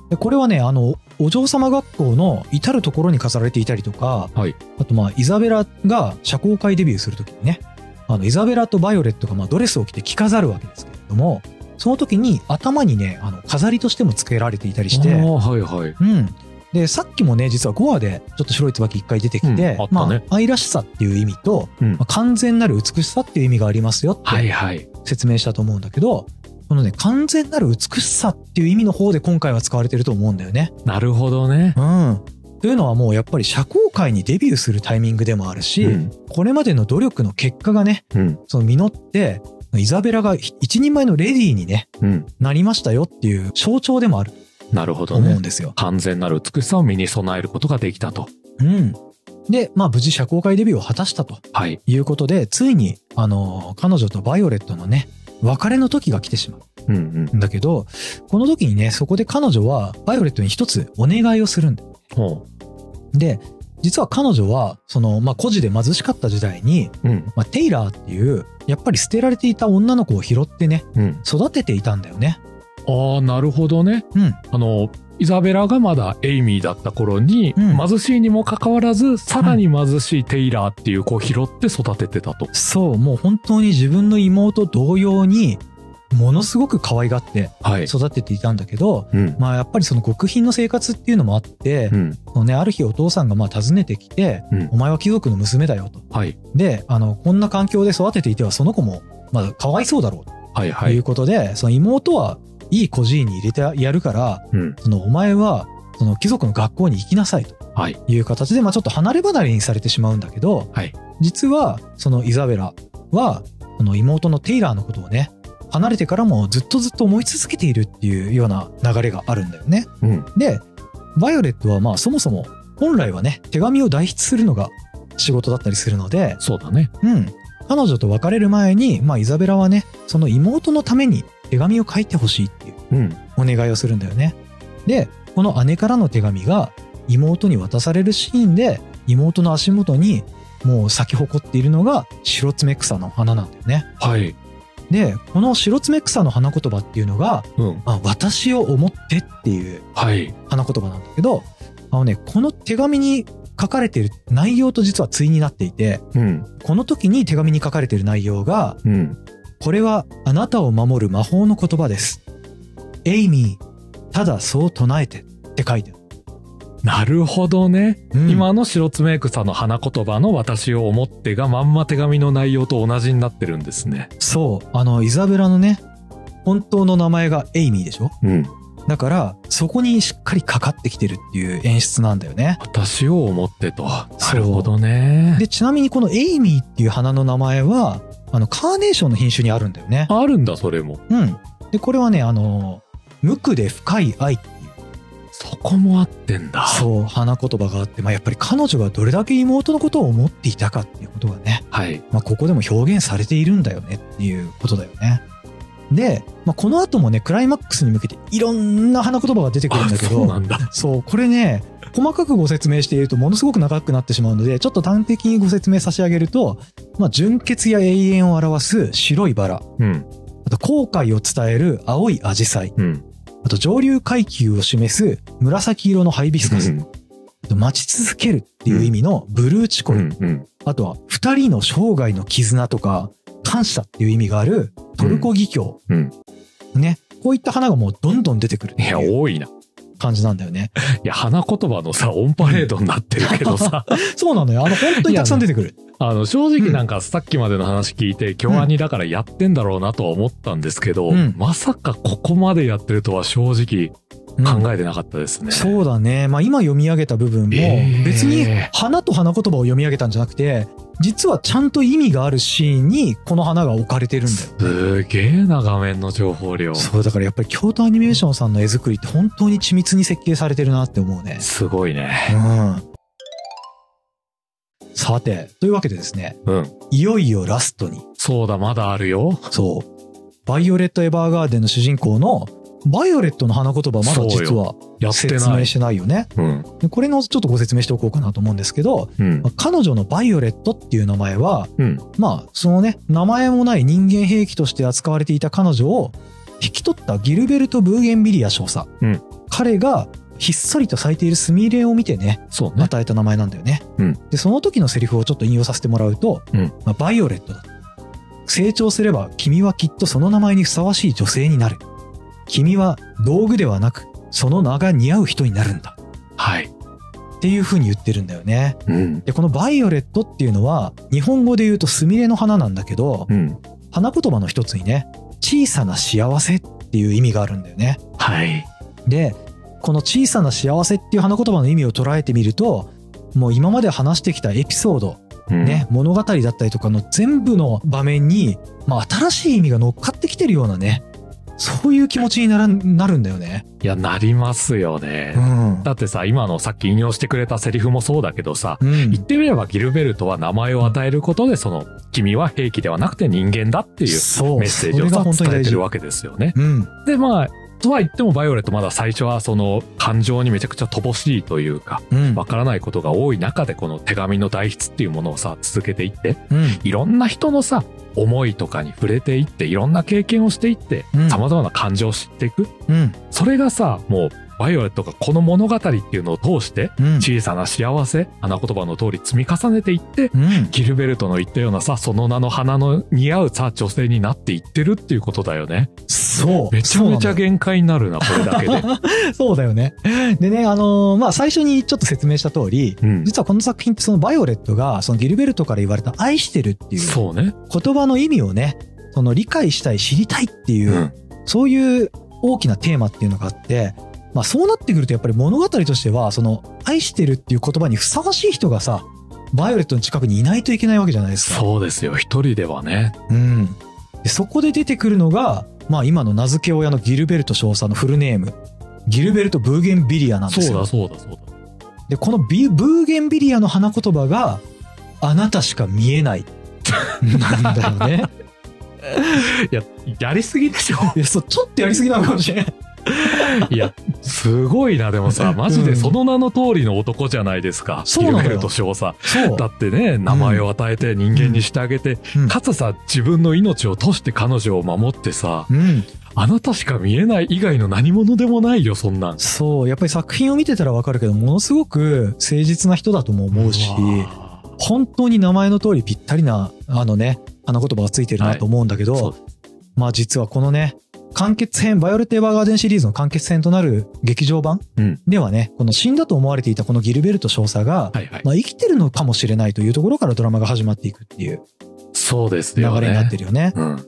Speaker 1: でこれはね、あの、お嬢様学校の至る所に飾られていたりとか、
Speaker 2: はい
Speaker 1: あとまあ、イザベラが社交界デビューするときにね、あの、イザベラとバイオレットがまあドレスを着て着飾るわけですけれども、その時に頭にね、あの飾りとしても付けられていたりし
Speaker 2: あ
Speaker 1: て
Speaker 2: ー、はいはい。
Speaker 1: うん。で、さっきもね、実は5話でちょっと白い椿一回出てきて、
Speaker 2: うんあった
Speaker 1: ま
Speaker 2: ね
Speaker 1: あ、愛らしさっていう意味と、
Speaker 2: うん
Speaker 1: まあ完全なる美しさっていう意味がありますよっ
Speaker 2: はい
Speaker 1: て
Speaker 2: はい。
Speaker 1: 説明したと思うんだけど、このね、完全なる美しさっていう意味の方で今回は使われてると思うんだよね。
Speaker 2: なるほどね。
Speaker 1: うん。というのはもうやっぱり社交界にデビューするタイミングでもあるし、
Speaker 2: うん
Speaker 1: これまでの努力の結果がね、
Speaker 2: うん
Speaker 1: その実って、イザベラが一人前のレディーにね、
Speaker 2: うん
Speaker 1: なりましたよっていう象徴でもある
Speaker 2: なるほど
Speaker 1: 思う
Speaker 2: ね
Speaker 1: ん。ですよ。
Speaker 2: 完全なる美しさを身に備えることができたと。
Speaker 1: うん。で、まあ無事社交界デビューを果たしたと
Speaker 2: はい。
Speaker 1: いうことで、ついに、あの、彼女とバイオレットのね、別れの時が来てしま
Speaker 2: うんうん。
Speaker 1: うんだけど、この時にね、そこで彼女はバイオレットに一つお願いをするんだ。
Speaker 2: ほ
Speaker 1: で、実は彼女は、その、まあ孤児で貧しかった時代に、
Speaker 2: う。うん
Speaker 1: まあ、テイラーっていう、やっぱり捨てられていた女の子を拾ってね、
Speaker 2: うん。
Speaker 1: 育てていたんだよね。
Speaker 2: ああ、なるほどね。
Speaker 1: うん。
Speaker 2: あの、イザベラがまだエイミーだった頃に、
Speaker 1: うん
Speaker 2: 貧しいにもかかわらず、さらに貧しいテイラーっていう子を拾って育ててたと。
Speaker 1: そう、もう本当に自分の妹同様に、ものすごく可愛がって
Speaker 2: はい。
Speaker 1: 育てていたんだけど、
Speaker 2: うん。
Speaker 1: まあやっぱりその極貧の生活っていうのもあって
Speaker 2: う、ん。
Speaker 1: そのね、ある日お父さんがまあ訪ねてきて、
Speaker 2: うん
Speaker 1: お前は貴族の娘だよと。
Speaker 2: はい。
Speaker 1: で、あの、こんな環境で育てていてはその子も、まあかわいそうだろう
Speaker 2: はい
Speaker 1: と
Speaker 2: はいい。
Speaker 1: うことで、その妹はいい孤児院に入れてやるから、
Speaker 2: うん。
Speaker 1: そのお前はその貴族の学校に行きなさいと
Speaker 2: はい。
Speaker 1: いう形で、まあ、ちょっと離れ離れにされてしまうんだけど、
Speaker 2: はい
Speaker 1: 実はそのイザベラはその妹のテイラーのことをね離れてからもずっとずっと思い続けているっていうような流れがあるんだよね。
Speaker 2: うん。
Speaker 1: でバイオレットはまあそもそも本来はね手紙を代筆するのが仕事だったりするので、
Speaker 2: そうだね。
Speaker 1: うん、彼女と別れる前に、まあ、イザベラはねその妹のために手紙を書いてほしいっていう
Speaker 2: うん。
Speaker 1: お願いをするんだよね。で、この姉からの手紙が妹に渡されるシーンで、妹の足元にもう咲き誇っているのが白爪草の花なんだよね。
Speaker 2: はい。
Speaker 1: で、この白爪草の花言葉っていうのが、
Speaker 2: うん。
Speaker 1: まあ、私を思ってっていう
Speaker 2: はい。
Speaker 1: 花言葉なんだけど、あのね、この手紙に書かれている内容と実は対になっていて、
Speaker 2: うん。
Speaker 1: この時に手紙に書かれている内容が、
Speaker 2: うん。
Speaker 1: これはあなたを守る魔法の言葉です。エイミー、ただそう唱えてって書いてある。
Speaker 2: なるほどね。
Speaker 1: うん
Speaker 2: 今の白爪草の花言葉の私を思ってがまんま手紙の内容と同じになってるんですね。
Speaker 1: そう、あの、イザベラのね、本当の名前がエイミーでしょ
Speaker 2: うん。
Speaker 1: だから、そこにしっかりかかってきてるっていう演出なんだよね。
Speaker 2: 私を思ってと。な
Speaker 1: そう
Speaker 2: るほどね。
Speaker 1: で、ちなみにこのエイミーっていう花の名前は、あの、カーネーションの品種にあるんだよね。
Speaker 2: あるんだ、それも。
Speaker 1: うん。で、これはね、あの、無垢で深い愛っていう、
Speaker 2: そこもあってんだ。
Speaker 1: そう、花言葉があって、まあ、やっぱり彼女がどれだけ妹のことを思っていたかっていうことがね、
Speaker 2: はい。
Speaker 1: まあ、ここでも表現されているんだよねっていうことだよね。で、まあ、この後もね、クライマックスに向けていろんな花言葉が出てくるんだけ
Speaker 2: そうな
Speaker 1: ど、
Speaker 2: んだ。
Speaker 1: そう、これね、細かくご説明しているとものすごく長くなってしまうので、ちょっと端的にご説明差し上げると、まあ、純潔や永遠を表す白いバラ、
Speaker 2: うん。
Speaker 1: あと後悔を伝える青いアジサイ、
Speaker 2: うん。
Speaker 1: あと上流階級を示す紫色のハイビスカ
Speaker 2: う
Speaker 1: ス、
Speaker 2: ん。
Speaker 1: あと待ち続けるっていう意味のブルーチコ
Speaker 2: う
Speaker 1: ル、
Speaker 2: ん。うん。
Speaker 1: あとは、二人の生涯の絆とか、感謝っていう意味があるトルコ義教。
Speaker 2: うん
Speaker 1: ね。こういった花がもうどんどん出てくるって
Speaker 2: いや、
Speaker 1: いう
Speaker 2: 多いな。い
Speaker 1: 感じなんだよね。
Speaker 2: や、花言葉のさ、オンパレードになってるけ どさ。
Speaker 1: そうなのよ。あの、本当にたくさん出てくる。
Speaker 2: あの、正直なんかさっきまでの話聞いて、京アニだからやってんだろうなとは思ったんですけど、
Speaker 1: うん
Speaker 2: まさかここまでやってるとは正直
Speaker 1: うん
Speaker 2: 考えてなかったですね。
Speaker 1: そうだね。まあ今読み上げた部分も、
Speaker 2: えー
Speaker 1: 別に花と花言葉を読み上げたんじゃなくて、実はちゃんと意味があるシーンにこの花が置かれてるんだよ。
Speaker 2: すげえな画面の情報量。
Speaker 1: そうだからやっぱり京都アニメーションさんの絵作りって本当に緻密に設計されてるなって思うね。
Speaker 2: すごいね。
Speaker 1: うん。さて、というわけでですね、
Speaker 2: うん。
Speaker 1: いよいよラストに、
Speaker 2: そうだ、まだあるよ。
Speaker 1: そう、バイオレット・エヴァーガーデンの主人公の、バイオレットの花言葉まだ
Speaker 2: そう
Speaker 1: 実は
Speaker 2: よやって
Speaker 1: 説
Speaker 2: な
Speaker 1: 明
Speaker 2: い。
Speaker 1: してないよね。
Speaker 2: うん。
Speaker 1: でこれのちょっとご説明しておこうかなと思うんですけど、
Speaker 2: うん
Speaker 1: ま。あ彼女のバイオレットっていう名前は、
Speaker 2: うん。
Speaker 1: まあそのね、名前もない人間兵器として扱われていた彼女を引き取ったギルベルト・ブーゲンビリア少佐。
Speaker 2: うん
Speaker 1: 彼がひっそりと咲いているスミレを見てね、
Speaker 2: そうね。
Speaker 1: 与えた名前なんだよね。
Speaker 2: うん
Speaker 1: で、その時のセリフをちょっと引用させてもらうと、
Speaker 2: うん
Speaker 1: まあバイオレットだ。成長すれば君はきっとその名前にふさわしい女性になる。君は道具ではなく、その名が似合う人になるんだ。
Speaker 2: はい。
Speaker 1: っていう風に言ってるんだよね。
Speaker 2: うん。
Speaker 1: で、このバイオレットっていうのは、日本語で言うとスミレの花なんだけど、
Speaker 2: うん。
Speaker 1: 花言葉の一つにね、小さな幸せっていう意味があるんだよね。
Speaker 2: はい。
Speaker 1: でこの「小さな幸せ」っていう花言葉の意味を捉えてみるともう今まで話してきたエピソード、
Speaker 2: うん。
Speaker 1: ね物語だったりとかの全部の場面に、まあ、新しい意味が乗っかってきてるようなねそういう気持ちにならなるんだよね。
Speaker 2: いや、なりますよね
Speaker 1: う。ん。
Speaker 2: だってさ、今のさっき引用してくれたセリフもそうだけどさ、
Speaker 1: うん
Speaker 2: 言ってみればギルベルトは名前を与えることで、その、君は兵器ではなくて人間だっていう
Speaker 1: そう
Speaker 2: メッセージを
Speaker 1: それが
Speaker 2: さ
Speaker 1: 本当に
Speaker 2: 伝え
Speaker 1: 大
Speaker 2: て
Speaker 1: 事
Speaker 2: る。わけですよね。
Speaker 1: うん。
Speaker 2: で、まあ、とは言ってもバイオレットまだ最初はその感情にめちゃくちゃ乏しいというか、
Speaker 1: うん。
Speaker 2: わからないことが多い中でこの手紙の代筆っていうものをさ、続けていって、
Speaker 1: うん。
Speaker 2: いろんな人のさ、思いとかに触れていって、いろんな経験をしていって、
Speaker 1: うん
Speaker 2: 様々な感情を知っていく。
Speaker 1: うん。
Speaker 2: それがさ、もう、バイオレットがこの物語っていうのを通して、
Speaker 1: うん。
Speaker 2: 小さな幸せ、花言葉の通り積み重ねていって、
Speaker 1: うん。
Speaker 2: ギルベルトの言ったようなさ、その名の花の似合うさ、女性になっていってるっていうことだよね。
Speaker 1: そう。
Speaker 2: めちゃめちゃ限界になるな、これだ けで。
Speaker 1: そうだよね。でね、あのーまあ、最初にちょっと説明した通り、
Speaker 2: うん。
Speaker 1: 実はこの作品ってそのバイオレットがそのギルベルトから言われた愛してるっていう
Speaker 2: そうね。
Speaker 1: 言葉の意味をね、その理解したい知りたいっていう、
Speaker 2: うん
Speaker 1: そういう大きなテーマっていうのがあって、まあそうなってくるとやっぱり物語としては、その愛してるっていう言葉にふさわしい人がさ、バイオレットの近くにいないといけないわけじゃないですか。
Speaker 2: そうですよ。一人ではね。
Speaker 1: うん。でそこで出てくるのが、まあ今の名付け親のギルベルト少佐のフルネーム、ギルベルト・ブーゲンビリアなんで
Speaker 2: そ
Speaker 1: す
Speaker 2: うだ、
Speaker 1: よ。
Speaker 2: そうだ、そうだ。
Speaker 1: で、このビブーゲンビリアの花言葉が、あなたしか見えない。なんだよ ね。
Speaker 2: いや、やりすぎでしょ。
Speaker 1: いや、そう、ちょっとやりすぎなのかもしれない。
Speaker 2: いや、すごいな、でもさ、マジでその名の通りの男じゃないですか。
Speaker 1: そう
Speaker 2: ギ
Speaker 1: なの
Speaker 2: ル
Speaker 1: よ
Speaker 2: ベルト少佐。
Speaker 1: そう。
Speaker 2: だってね、名前を与えて人間にしてあげて、
Speaker 1: うん
Speaker 2: かつさ、自分の命を賭して彼女を守ってさ、
Speaker 1: うん。
Speaker 2: あなたしか見えない以外の何者でもないよ、そんなん。
Speaker 1: そう。やっぱり作品を見てたらわかるけど、ものすごく誠実な人だとも思うし、
Speaker 2: わあ
Speaker 1: 本当に名前の通りぴったりな、あのね、花言葉がついてるなと思うんだけど、
Speaker 2: そう
Speaker 1: まあ実はこのね、完結編、バイオレット・エヴァーガーデンシリーズの完結編となる劇場版
Speaker 2: うん
Speaker 1: ではね、この死んだと思われていたこのギルベルト少佐が、
Speaker 2: はいはい。
Speaker 1: まあ生きてるのかもしれないというところからドラマが始まっていくっていう
Speaker 2: そうです
Speaker 1: 流れ
Speaker 2: よ
Speaker 1: に
Speaker 2: ね。
Speaker 1: なってるよね。
Speaker 2: うん。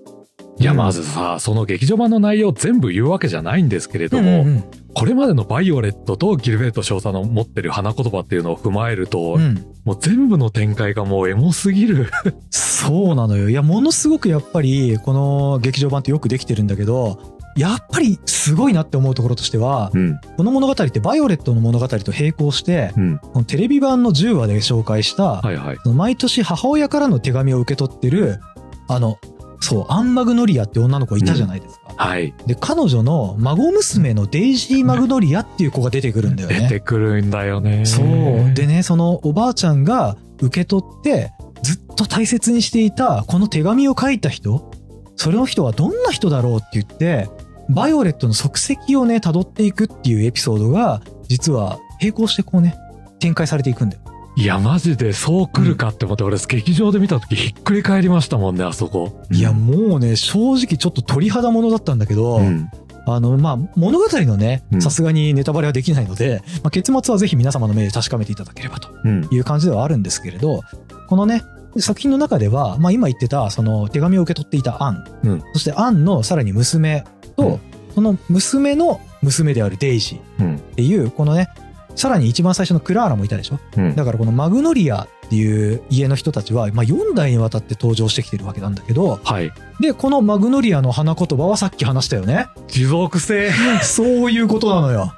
Speaker 2: いや、
Speaker 1: うん
Speaker 2: まずさ、その劇場版の内容全部言うわけじゃないんですけれど
Speaker 1: う
Speaker 2: も、
Speaker 1: んうん
Speaker 2: これまでのバイオレットとギルベルト少佐の持ってる花言葉っていうのを踏まえると、
Speaker 1: うんうん
Speaker 2: もう全部の展開がもうエモすぎる。
Speaker 1: そうなのよ。いや、ものすごくやっぱり、この劇場版ってよくできてるんだけど、やっぱりすごいなって思うところとしては、
Speaker 2: うん。
Speaker 1: この物語ってバイオレットの物語と並行して、
Speaker 2: うん。
Speaker 1: このテレビ版の10話で紹介した、
Speaker 2: はいはい。
Speaker 1: 毎年母親からの手紙を受け取ってるあのそうアン・マグノリアって女の子いたじゃないですか、
Speaker 2: はい。
Speaker 1: で彼女の孫娘のデイジー・マグノリアっていう子が出てくるんだよ
Speaker 2: 出
Speaker 1: ね
Speaker 2: てくるんだよね。
Speaker 1: そうでねそのおばあちゃんが受け取ってずっと大切にしていたこの手紙を書いた人それの人はどんな人だろうって言ってバイオレットの足跡をね辿っていくっていうエピソードが実は並行してこうね展開されていくんだよ
Speaker 2: いや、マジでそう来るかって思って、俺、劇場で見た時ひっくり返りましたもんね、あそこ。
Speaker 1: いや、もうね、正直ちょっと鳥肌ものだったんだけど、
Speaker 2: うん。
Speaker 1: あの、まあ、物語のね
Speaker 2: う、ん
Speaker 1: さすがにネタバレはできないので、まあ、結末はぜひ皆様の目で確かめていただければと
Speaker 2: うん。
Speaker 1: いう感じではあるんですけれど、このね、作品の中では、まあ、今言ってた、その手紙を受け取っていたアン、
Speaker 2: うん
Speaker 1: そしてアンのさらに娘と、
Speaker 2: うん
Speaker 1: その娘の娘であるデイジー
Speaker 2: うん。
Speaker 1: っていう、このね、さらに一番最初のクラーラもいたでしょ
Speaker 2: うん。
Speaker 1: だからこのマグノリアっていう家の人たちは、まあ、4代にわたって登場してきてるわけなんだけど、
Speaker 2: はい。
Speaker 1: で、このマグノリアの花言葉はさっき話したよね。
Speaker 2: 持続性。
Speaker 1: そういうことなのよ。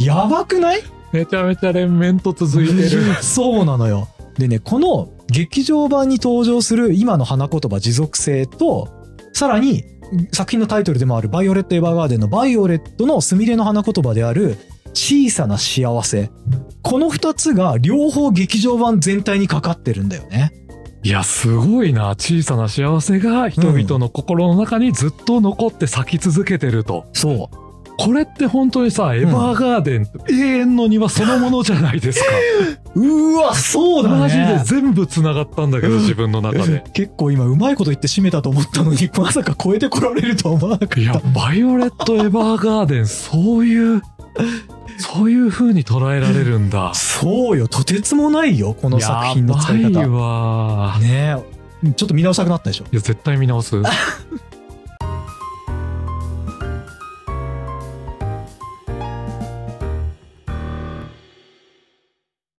Speaker 1: やばくない
Speaker 2: めちゃめちゃ連綿と続いてる。
Speaker 1: そうなのよ。でね、この劇場版に登場する今の花言葉持続性と、さらに作品のタイトルでもあるバイオレット・エヴァーガーデンのバイオレットのスミレの花言葉である小さな幸せ。この二つが両方劇場版全体にかかってるんだよね。
Speaker 2: いや、すごいな。小さな幸せが人々の心の中にずっと残って咲き続けてると。
Speaker 1: そ
Speaker 2: これって本当にさ、エヴァーガーデン、永遠の庭そのものじゃないですか。
Speaker 1: う。うーわ、そうだね。
Speaker 2: マジで全部繋がったんだけど、
Speaker 1: うん
Speaker 2: 自分の中で。
Speaker 1: 結構今うまいこと言って締めたと思ったのに まさか超えてこられるとは思わなかった
Speaker 2: いや、バイオレット・エヴァーガーデン、そういう、そういう風に捉えられるん だ。
Speaker 1: そうよとてつもないよこの作品の使い
Speaker 2: やばい
Speaker 1: 方
Speaker 2: わ。
Speaker 1: ねえちょっと見直したくなったでしょ
Speaker 2: いや、絶対見直す。